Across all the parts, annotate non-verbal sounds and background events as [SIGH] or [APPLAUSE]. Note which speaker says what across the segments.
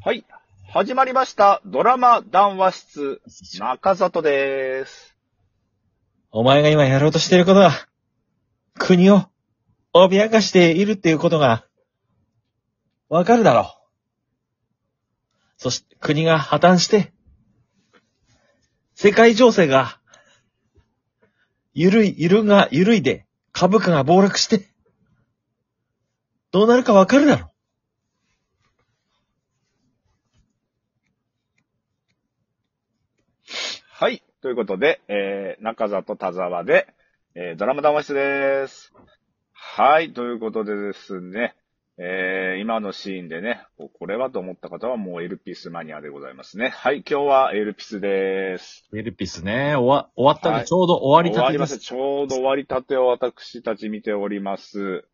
Speaker 1: はい。始まりました。ドラマ談話室、中里です。
Speaker 2: お前が今やろうとしていることは、国を脅かしているっていうことが、わかるだろう。そして国が破綻して、世界情勢が、ゆるい、ゆるが、ゆるいで、株価が暴落して、どうなるかわかるだろう。
Speaker 1: はい。ということで、えー、中里田沢で、えー、ドラマ談話室です。はい。ということでですね、えー、今のシーンでね、おこれはと思った方はもうエルピスマニアでございますね。はい。今日はエルピスです。
Speaker 2: エルピスね、終わ、終わ
Speaker 1: た
Speaker 2: ちょうど終
Speaker 1: 終わりました。。ちょうど終わりたてを私たち見ております。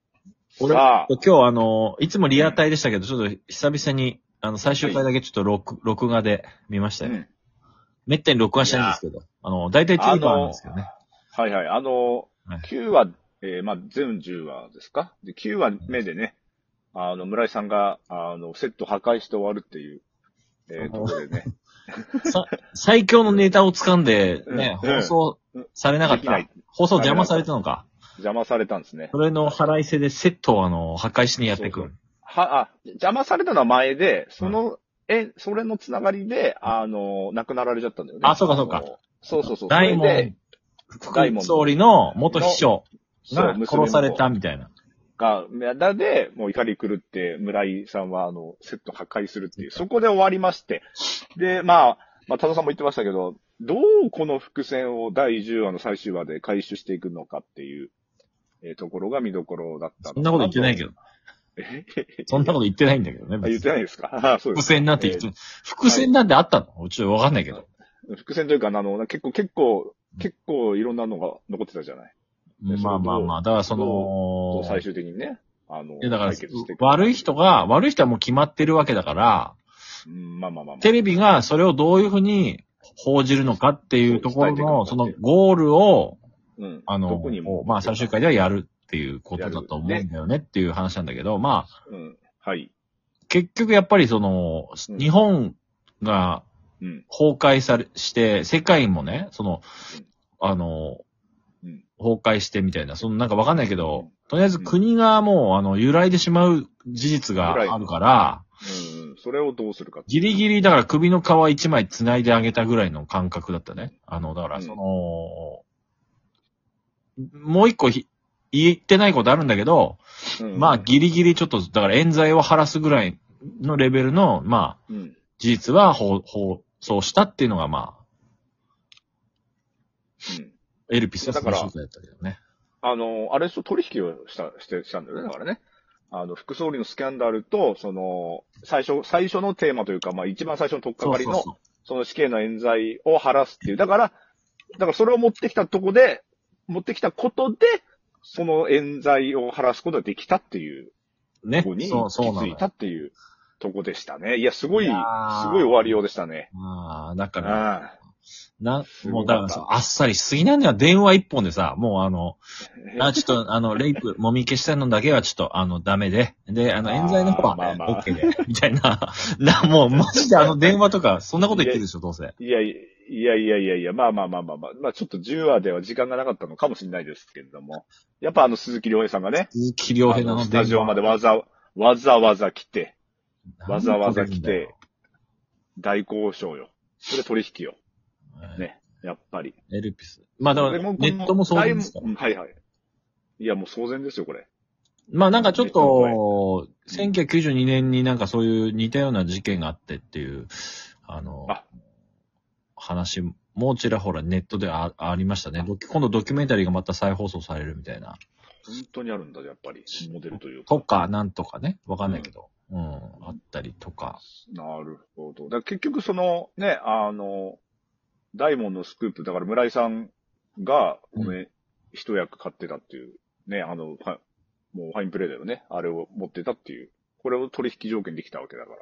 Speaker 2: 俺
Speaker 1: さあ、
Speaker 2: 今日あの、いつもリアタイでしたけど、ちょっと久々に、あの、最終回だけちょっと録、録画で見ました
Speaker 1: う
Speaker 2: よ。
Speaker 1: ん。
Speaker 2: めったに録画しないんですけど、あの、大体
Speaker 1: あの
Speaker 2: 9番なんですけどね。
Speaker 1: はいはい。あの、
Speaker 2: はい
Speaker 1: 9話、えーまあ、全10話ですかで ?9 話目でね、あの、村井さんが、あの、セット破壊して終わるっていう、えーところでね、
Speaker 2: さ最強のネタを掴んで、ね、
Speaker 1: うん
Speaker 2: 放送されなかっ
Speaker 1: できな
Speaker 2: た
Speaker 1: い。
Speaker 2: 放送邪魔されたのか。
Speaker 1: 邪魔されたんですね
Speaker 2: そ。れの腹いせでセットをあの、破壊しにやってく
Speaker 1: そう
Speaker 2: る。
Speaker 1: は、あ、邪魔されたのは前で、その、え、それのつながりで、あの、亡くなられちゃったんだよね。
Speaker 2: あそうかそうか
Speaker 1: あの。そうそうそう。
Speaker 2: 大
Speaker 1: それで
Speaker 2: 門、
Speaker 1: 大
Speaker 2: 副
Speaker 1: 門
Speaker 2: 総理の元秘書
Speaker 1: そう
Speaker 2: が
Speaker 1: 娘の
Speaker 2: 殺された
Speaker 1: 方
Speaker 2: みたいな。
Speaker 1: が、メダで、もう怒り狂って、村井さんは、あの、セット破壊するっていう、そこで終わりまして。で、まあ、まあ、多田さんも言ってましたけど、どうこの伏線を第10話の最終話で回収していくのかっていう、えーところが見どころだった
Speaker 2: そんなこと言ってないけ
Speaker 1: ど。
Speaker 2: ど。そんなこと言ってないんだけどね。
Speaker 1: あ言ってないですか [LAUGHS] あそうで
Speaker 2: 伏
Speaker 1: す。
Speaker 2: 線なんて、伏線なんてあったのちょっとわかんないけど。
Speaker 1: 伏線というか、あの、結構、結構、結構いろんなのが残ってたじゃない。え
Speaker 2: まあまあまあ、だからその、
Speaker 1: 最終的にね。あの、
Speaker 2: いやだから
Speaker 1: 解決してい、く
Speaker 2: 悪い人が、悪い人はもう決まってるわけだから、
Speaker 1: うん、まあまあまあまあ。
Speaker 2: テレビがそれをどういうふうに報じるのかっていうところの、
Speaker 1: そ
Speaker 2: そう
Speaker 1: 伝え
Speaker 2: の
Speaker 1: ていくのかっていう
Speaker 2: ゴールを、
Speaker 1: うん。
Speaker 2: あの
Speaker 1: どこにも、
Speaker 2: まあ最終回ではやるっていうことだと思うんだよねっていう話なんだけど、まあ、
Speaker 1: うん。はい。
Speaker 2: 結局やっぱりその、
Speaker 1: うん
Speaker 2: 日本が
Speaker 1: うん。
Speaker 2: 崩壊され、して、世界もね、その
Speaker 1: うん、
Speaker 2: あの
Speaker 1: うん、
Speaker 2: 崩壊してみたいな、そのなんかわかんないけ
Speaker 1: う
Speaker 2: ど
Speaker 1: ん、
Speaker 2: とりあえず国がもう、あの、揺らいでしまう事実があるから、
Speaker 1: うんうん。それをどうするかってい
Speaker 2: ギ
Speaker 1: う
Speaker 2: リギリ、だから首の皮一枚繋いであげたぐらいの感覚だったね。あの、だから、その、もう一個ひ言ってないことあるんだけど、
Speaker 1: うん
Speaker 2: まあ、ギリギリちょっと、だから冤罪を晴らすぐらいのレベルの、まあ、
Speaker 1: うん。
Speaker 2: 事実は放放送したっていうのが、まあ、
Speaker 1: うん
Speaker 2: エルピスの
Speaker 1: だから
Speaker 2: 最終回だったけどね。
Speaker 1: あの、あれ、そう取引をした、して、したんだよね。だからね。あの、副総理のスキャンダルと、その、最初、最初のテーマというか、まあ、一番最初の取っか
Speaker 2: そう
Speaker 1: かり
Speaker 2: そ
Speaker 1: の、
Speaker 2: う
Speaker 1: そ
Speaker 2: そう。
Speaker 1: の死刑の冤罪を晴らすっていう。だから、だからそれを持ってきたとこで、持ってきたことで、その冤罪を晴らすことができたっていう、
Speaker 2: ね
Speaker 1: ここに、。
Speaker 2: そ
Speaker 1: 行
Speaker 2: う、そう
Speaker 1: き
Speaker 2: な
Speaker 1: 着
Speaker 2: の
Speaker 1: い
Speaker 2: よ
Speaker 1: たっていうとこでしたね。いや、すごい、
Speaker 2: い
Speaker 1: す
Speaker 2: や
Speaker 1: ご
Speaker 2: ー
Speaker 1: い終わりようでしたね。
Speaker 2: まあ、だ
Speaker 1: う
Speaker 2: から、
Speaker 1: ん。
Speaker 2: な、
Speaker 1: す
Speaker 2: も
Speaker 1: ご
Speaker 2: う
Speaker 1: か
Speaker 2: だ
Speaker 1: った
Speaker 2: からさ、あっさりしすぎなんだよ。電話一本でさ、もうあ
Speaker 1: [LAUGHS]
Speaker 2: の、あ、ちょっと、あの、レイプ、もみ消したのだけはちょっと、あの、ダメで。で、あの、
Speaker 1: あー
Speaker 2: 冤罪の方は、
Speaker 1: まあまあ
Speaker 2: オッケーで。みたいな。 [LAUGHS] な、もう、マジであの、電話とか、そんなこと言ってるでしょ、どうせ。
Speaker 1: いやいやいやいやいや、まあまあまあまあまあ、まあちょっと10話では時間がなかったのかもしれないですけれども、やっぱあの鈴木亮平さんがね、
Speaker 2: 鈴木亮平のあ
Speaker 1: あ
Speaker 2: の
Speaker 1: のスタジオまでわざ、わざわざ来て、わざわざ来て。、大交渉よ。それ取引よ。
Speaker 2: ね、
Speaker 1: ね。やっぱり。
Speaker 2: エルピス。まあ、だか
Speaker 1: で
Speaker 2: ら、
Speaker 1: この
Speaker 2: ネットもそうですから
Speaker 1: 大。門うんはいはい。いやもう騒然ですよ、これ。
Speaker 2: まあ、なんかちょっ
Speaker 1: ネット
Speaker 2: と、1992年になんかそういう似たような事件があってっていう、あの、
Speaker 1: あ
Speaker 2: 話もちらほらネットであありましたね。ドキ今度ドキュメンタリーがまた再放送されるみたいな。
Speaker 1: 本当にあるんだ、やっぱり。モデルというか。
Speaker 2: とか、なんとかね。わかんないけど。うん、あったりとか。
Speaker 1: なるほど。だから結局そのね、あの、大門のスクープ、だから村井さんが、
Speaker 2: うん
Speaker 1: ごめん、一役買ってたっていう、ね、あの、はもうファインプレーだよね。あれを持ってたっていう。これを取引条件できたわけだから。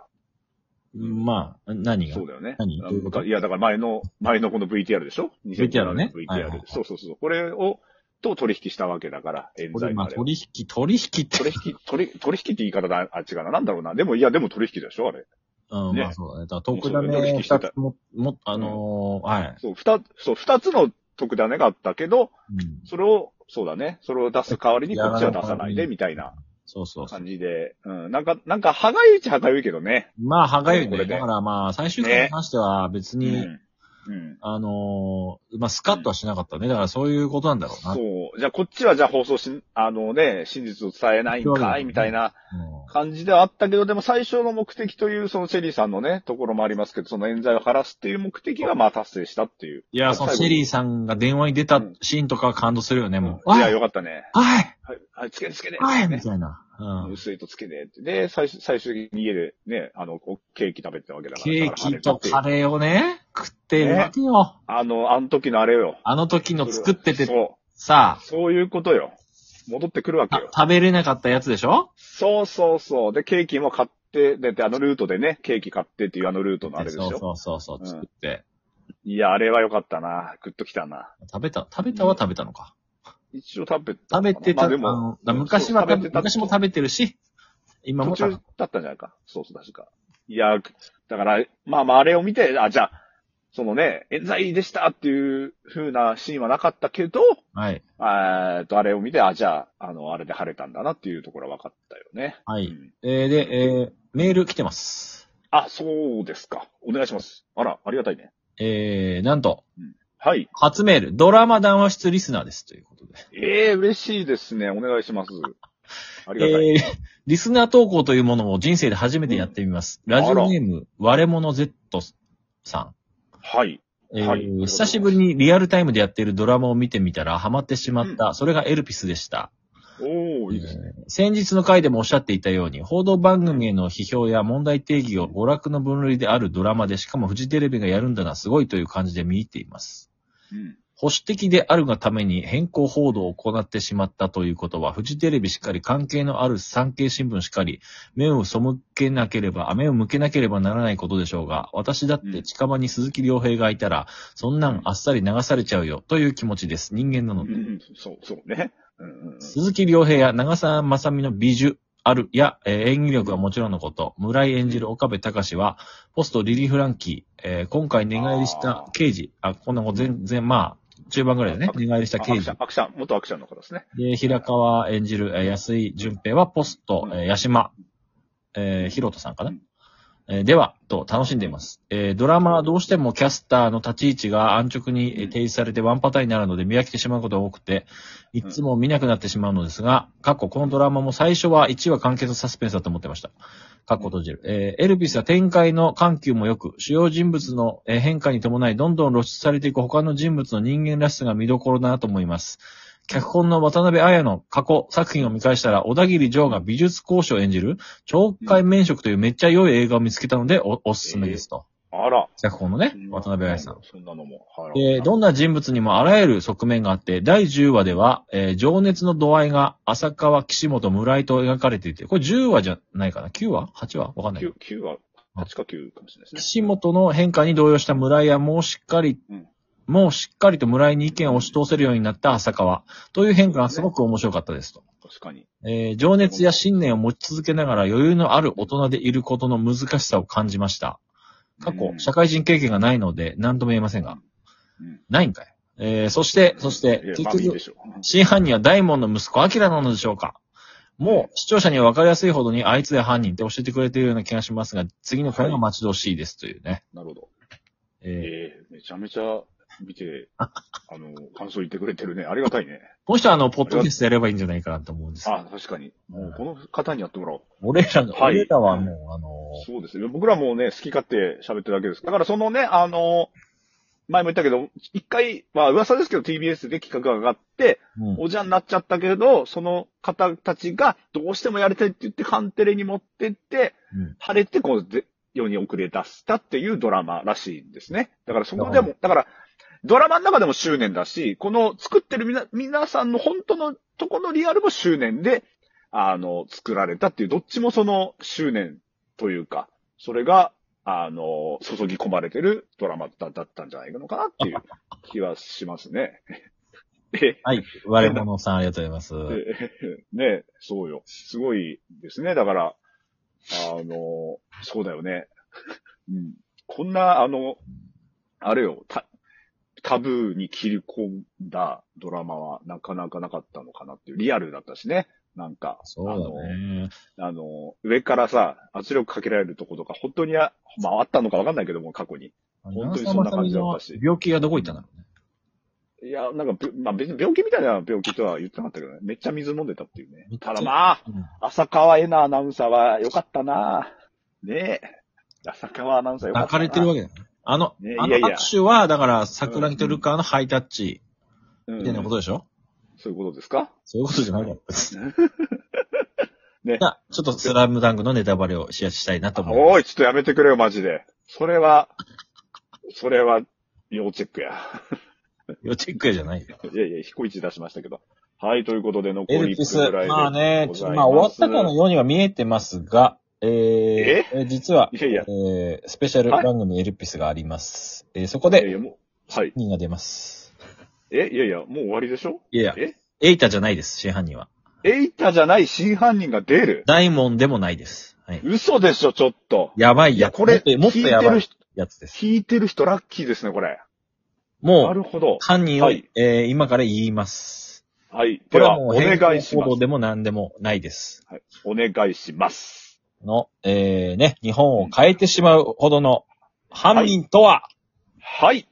Speaker 2: まあ、何が
Speaker 1: そうだよね。
Speaker 2: 何どういうこと
Speaker 1: いや、だから前の、前のこの VTR でしょ
Speaker 2: VTR ね
Speaker 1: VTR
Speaker 2: はいはいはい。
Speaker 1: そうそうそう。これをと取引したわけだから、冤罪ま
Speaker 2: まあ、
Speaker 1: で。
Speaker 2: 取引、取引って。
Speaker 1: 取引、取り、取引って言い方だ、あ、違うな。なんだろうな。でも、いや、でも取引でしょあれ。
Speaker 2: うん、
Speaker 1: ね
Speaker 2: まあそうだね。だから、特ダ
Speaker 1: そう取
Speaker 2: ネ
Speaker 1: 引して
Speaker 2: 二
Speaker 1: た
Speaker 2: つも、も、あのーはい。
Speaker 1: そう、二つ、そう、二つの特ダネがあったけど、
Speaker 2: うん。
Speaker 1: それを、そうだね。それを出す代わりにこっちは出さないで、みたいな
Speaker 2: そうそうそう。
Speaker 1: 感じで。うん。なんか、なんか、歯がゆいっちゃ歯がゆいけどね。
Speaker 2: まあ、歯がゆい
Speaker 1: こ
Speaker 2: ね。
Speaker 1: れで
Speaker 2: だからまあ、最終回に関しては別
Speaker 1: う
Speaker 2: に、
Speaker 1: ん。うん。
Speaker 2: あのーまあ、スカッとはしなかったね。だからそういうことなんだろうな。
Speaker 1: そう。じゃあ、こっちは、じゃあ放送し、あのね、真実を伝えないんかい、みたいな
Speaker 2: うん
Speaker 1: 感じではあったけど、でも最初の目的という、そのシェリーさんのね、ところもありますけど、その冤罪を晴らすっていう目的が、まあ、達成したっていう。
Speaker 2: いや、そのシェリーさんが電話に出たシーンとかは感動するよね、もう。
Speaker 1: いや、
Speaker 2: おい
Speaker 1: よかったね。
Speaker 2: はい
Speaker 1: はい、はい、つけね、つけね。
Speaker 2: はいみ
Speaker 1: ね
Speaker 2: たいな。うん。
Speaker 1: 薄いとつけねって。で、最終最終的に家でね、あの、こうケーキ食べてたわけだから。
Speaker 2: ケーキとカ
Speaker 1: レー。
Speaker 2: レーをね、食ってるわけよ。
Speaker 1: あの、あの時のあれよ。
Speaker 2: あの時の作ってて、
Speaker 1: そ
Speaker 2: さ
Speaker 1: う。そういうことよ。戻ってくるわけ
Speaker 2: あ
Speaker 1: よ、。
Speaker 2: 食べれなかったやつでしょ
Speaker 1: そうそうそう。で、ケーキも買って、で、であのルートでね、ケーキ買ってっていうあのルートのあれでしょ。
Speaker 2: そうそうそうそうう、
Speaker 1: ん
Speaker 2: 作って。
Speaker 1: いや、あれは良かったな。グッときたな。
Speaker 2: 食べた、食べたは食べたのか。
Speaker 1: 一応食べたのかな。
Speaker 2: 食べて
Speaker 1: ま
Speaker 2: た、あ
Speaker 1: あで
Speaker 2: の
Speaker 1: も、
Speaker 2: だから昔
Speaker 1: そ
Speaker 2: は
Speaker 1: う食
Speaker 2: 食べ
Speaker 1: べてた
Speaker 2: 昔も食べてるし、今も
Speaker 1: 途
Speaker 2: 食
Speaker 1: 中
Speaker 2: べ
Speaker 1: だったんじゃないか。そうそう、確か。いや、だから、まあまあ、あれを見て、あ、じゃあ、そのね、冤罪でしたっていう風なシーンはなかったけど、
Speaker 2: はい。
Speaker 1: えっと、あれを見て、あ、じゃあ、あの、あれで晴れたんだなっていうところは分かったよね。
Speaker 2: は
Speaker 1: う
Speaker 2: い。
Speaker 1: ん
Speaker 2: えーで、えーメール来てます。
Speaker 1: あ、そうですか。お願いします。あら、ありがたいね。
Speaker 2: えー、なんと、
Speaker 1: はい。
Speaker 2: 初メール、ドラマ談話室リスナーです。ということで。
Speaker 1: ええ嬉しいですね。お願いします。ありがたい。
Speaker 2: えー、リスナー投稿というものを人生で初めてやってみます。ラジオネーム、割れ物 Z さ
Speaker 1: はい。
Speaker 2: ん。えー
Speaker 1: はい
Speaker 2: 久しぶりにリアルタイムでやっているドラマを見てみたらハマってしまった。それがエルピスでした。
Speaker 1: おー、いいですね。
Speaker 2: えー先日の回でもおっしゃっていたように、報道番組への批評や問題定義を娯楽の分類であるドラマで、しかもフジテレビがやるんだな、すごいという感じで見入っています。
Speaker 1: うん。
Speaker 2: 保守的であるがために変更報道を行ってしまったということは、フジテレビしかり、関係のある産経新聞しかり、目を背けなければ、目を向けなければならないことでしょうが、私だって近場に鈴木亮平がいたら、そんなんあっさり流されちゃうよ、という気持ちです。人間な
Speaker 1: う
Speaker 2: の
Speaker 1: ん
Speaker 2: で。
Speaker 1: うん、そう、そうね。うんうんうん。
Speaker 2: 鈴木亮平や長澤まさみの美術、ある、や、えー演技力はもちろんのこと、村井演じる岡部隆史は、ポストリリー・フランキー、えー今回寝返りした刑事、あ、こんなもん全然、まあ、中盤ぐらいでね、
Speaker 1: あ
Speaker 2: 寝返りした
Speaker 1: あア
Speaker 2: 刑
Speaker 1: ク
Speaker 2: 事
Speaker 1: ション、。アクション、元アクションの方ですね。
Speaker 2: で、平川演じるえー安井淳平はポスト、
Speaker 1: うん
Speaker 2: えー八島、えー、ひろとさんかな
Speaker 1: うん。
Speaker 2: えーでは、と楽しんでいます。えードラマはどうしてもキャスターの立ち位置が安直にえ
Speaker 1: うん
Speaker 2: ー提示されてワンパターンになるので見飽きてしまうことが多くて、いつも見なくなってしまうのですが、過去このドラマも最初は1話完結のサスペンスだと思ってました。過去閉じる。えーエルビスは展開の緩急も良く、主要人物のえー変化に伴いどんどん露出されていく他の人物の人間らしさが見どころだなと思います。脚本の渡辺彩の過去作品を見返したら、小田切城が美術講師を演じる、懲戒免職というめっちゃ良い映画を見つけたので、お、おすすめですと。
Speaker 1: あら。
Speaker 2: 脚本のね、渡辺彩さん。。
Speaker 1: そんなのも。あら
Speaker 2: で、どんな人物にもあらゆる側面があって、第10話では、えー情熱の度合いが浅川、岸本、村井と描かれていて、これ10話じゃないかな ?9 話 ?8 話わかんないけど
Speaker 1: 九。九は、八か九かもしれないです
Speaker 2: 岸本の変化に動揺した村井はもうしっかり、
Speaker 1: うん
Speaker 2: もうしっかりと村井に意見を押し通せるようになった浅川。という変化がすごく面白かったですと。
Speaker 1: ね。確かに。
Speaker 2: えー情熱や信念を持ち続けながら余裕のある大人でいることの難しさを感じました。過去
Speaker 1: う、ん
Speaker 2: 社会人経験がないので何とも言えませんが。
Speaker 1: うん
Speaker 2: ないんかい。えーそして、そして
Speaker 1: いや、まあいい
Speaker 2: 結
Speaker 1: で
Speaker 2: 局、
Speaker 1: しょう。
Speaker 2: 真犯人は大門の息子、アキラなのでしょうかもう、視聴者には分かりやすいほどに、あいつで犯人って教えてくれているような気がしますが、次の回が待ち遠しいですというね。
Speaker 1: なるほど。
Speaker 2: えー
Speaker 1: ええ、めちゃめちゃ見て、あの、感想言ってくれてるね。ありがたいね。
Speaker 2: この人は、あの、ポッドキャストやればいいんじゃないかなと思うんですけど
Speaker 1: あ、確かに。もうこの方にやってもらおう。
Speaker 2: 俺らの、
Speaker 1: はい
Speaker 2: 俺らはもう、あの
Speaker 1: そうですね。僕らもね、好き勝手喋ってるだけです。だからそのね、あの、前も言ったけど、一回、まあ噂ですけど TBS で企画が上がって、
Speaker 2: ー、うん
Speaker 1: おじゃんになっちゃったけれど、その方たちがどうしてもやりたいって言ってカンテレに持ってって、
Speaker 2: うん
Speaker 1: 晴れてこうぜ世に遅れ出したっていうドラマらしいんですね。だからそこでも、だからドラマの中でも執念だし、この作ってるみな皆さんの本当のとこのリアルも執念で、あの、作られたっていう、どっちもその執念というか、それが、あの、注
Speaker 2: [LAUGHS]
Speaker 1: ぎ込まれてるドラマだだったんじゃないのかなっていう気はしますね。え
Speaker 2: はい。我物さん、ありがとうございます。
Speaker 1: ねそうよ。すごいですね。だから、あの、そうだよね。うん、こんな、あの、あれよ、たタブーに切り込んだドラマはなかなかなかったのかなっていう。リアルだったしね。なんか、
Speaker 2: そうだね。
Speaker 1: あの、あの上からさ、圧力かけられるとことか、本当にあ、まああったのかわかんないけども、過去に。本当にそんな感じだったし
Speaker 2: 長澤まさみの病気がどこ行ったんだろうね。
Speaker 1: いや、なんかぶ、まあ別に病気みたいな病気とは言ってなかったけどね。めっちゃ水飲んでたっていうね。ただまあ、
Speaker 2: うん
Speaker 1: 浅川恵那アナウンサーは良かったなねえ。浅川アナウンサー良かっ
Speaker 2: 抱
Speaker 1: たな。
Speaker 2: かれてるわけだよね。あの、
Speaker 1: ね
Speaker 2: あ
Speaker 1: い
Speaker 2: の
Speaker 1: やいや
Speaker 2: 握手は、だから、桜木とルカのハイタッチ
Speaker 1: うん
Speaker 2: みたいなことでしょ、
Speaker 1: そういうことですか
Speaker 2: そういうことじゃないからです。
Speaker 1: [LAUGHS] ね
Speaker 2: じゃあ、ちょっとスラムダンクのネタバレをししたいなと思います。
Speaker 1: おい、ちょっとやめてくれよ、マジで。それは、それは、要チェックや。
Speaker 2: いや、チェックやじゃないよ。
Speaker 1: いやいや、彦一出しましたけど。はい、ということで、残
Speaker 2: エ
Speaker 1: り
Speaker 2: ルピ
Speaker 1: 1
Speaker 2: ス。
Speaker 1: 分ぐらいで。
Speaker 2: まあね、
Speaker 1: ご
Speaker 2: ち
Speaker 1: ざ
Speaker 2: ょ
Speaker 1: います
Speaker 2: まあ終わったかのようには見えてますが、えー、
Speaker 1: え
Speaker 2: え実は、
Speaker 1: いやいや
Speaker 2: えースペシャル番組エルピスがあります。えーそこで、
Speaker 1: え、もう、はい。
Speaker 2: 人が出ます。
Speaker 1: え、いやいや、もう終わりでしょ
Speaker 2: いやいや
Speaker 1: え、
Speaker 2: エイタじゃないです、真犯人は。
Speaker 1: エイタじゃない真犯人が出る。
Speaker 2: ダイモンでもないです。はい。
Speaker 1: 嘘でしょ、ちょっと。
Speaker 2: やばい
Speaker 1: い
Speaker 2: や
Speaker 1: や、
Speaker 2: つ。
Speaker 1: これ、
Speaker 2: もっともっと
Speaker 1: 聞い
Speaker 2: や
Speaker 1: て
Speaker 2: ば
Speaker 1: る
Speaker 2: い
Speaker 1: 人、
Speaker 2: やつです。
Speaker 1: 聞いてる人ラッキーですね、これ。な
Speaker 2: もう、
Speaker 1: るほど。
Speaker 2: 犯人を、
Speaker 1: はい
Speaker 2: えー今から言います。
Speaker 1: はい。
Speaker 2: こ
Speaker 1: で
Speaker 2: れは
Speaker 1: は、
Speaker 2: も
Speaker 1: お
Speaker 2: う変
Speaker 1: 願
Speaker 2: 更
Speaker 1: いし
Speaker 2: 報
Speaker 1: ます
Speaker 2: 道。でも何でもないです。
Speaker 1: はい。お願いします。
Speaker 2: の、えーね、日本を変えてしまうほどの犯人とは、
Speaker 1: はい。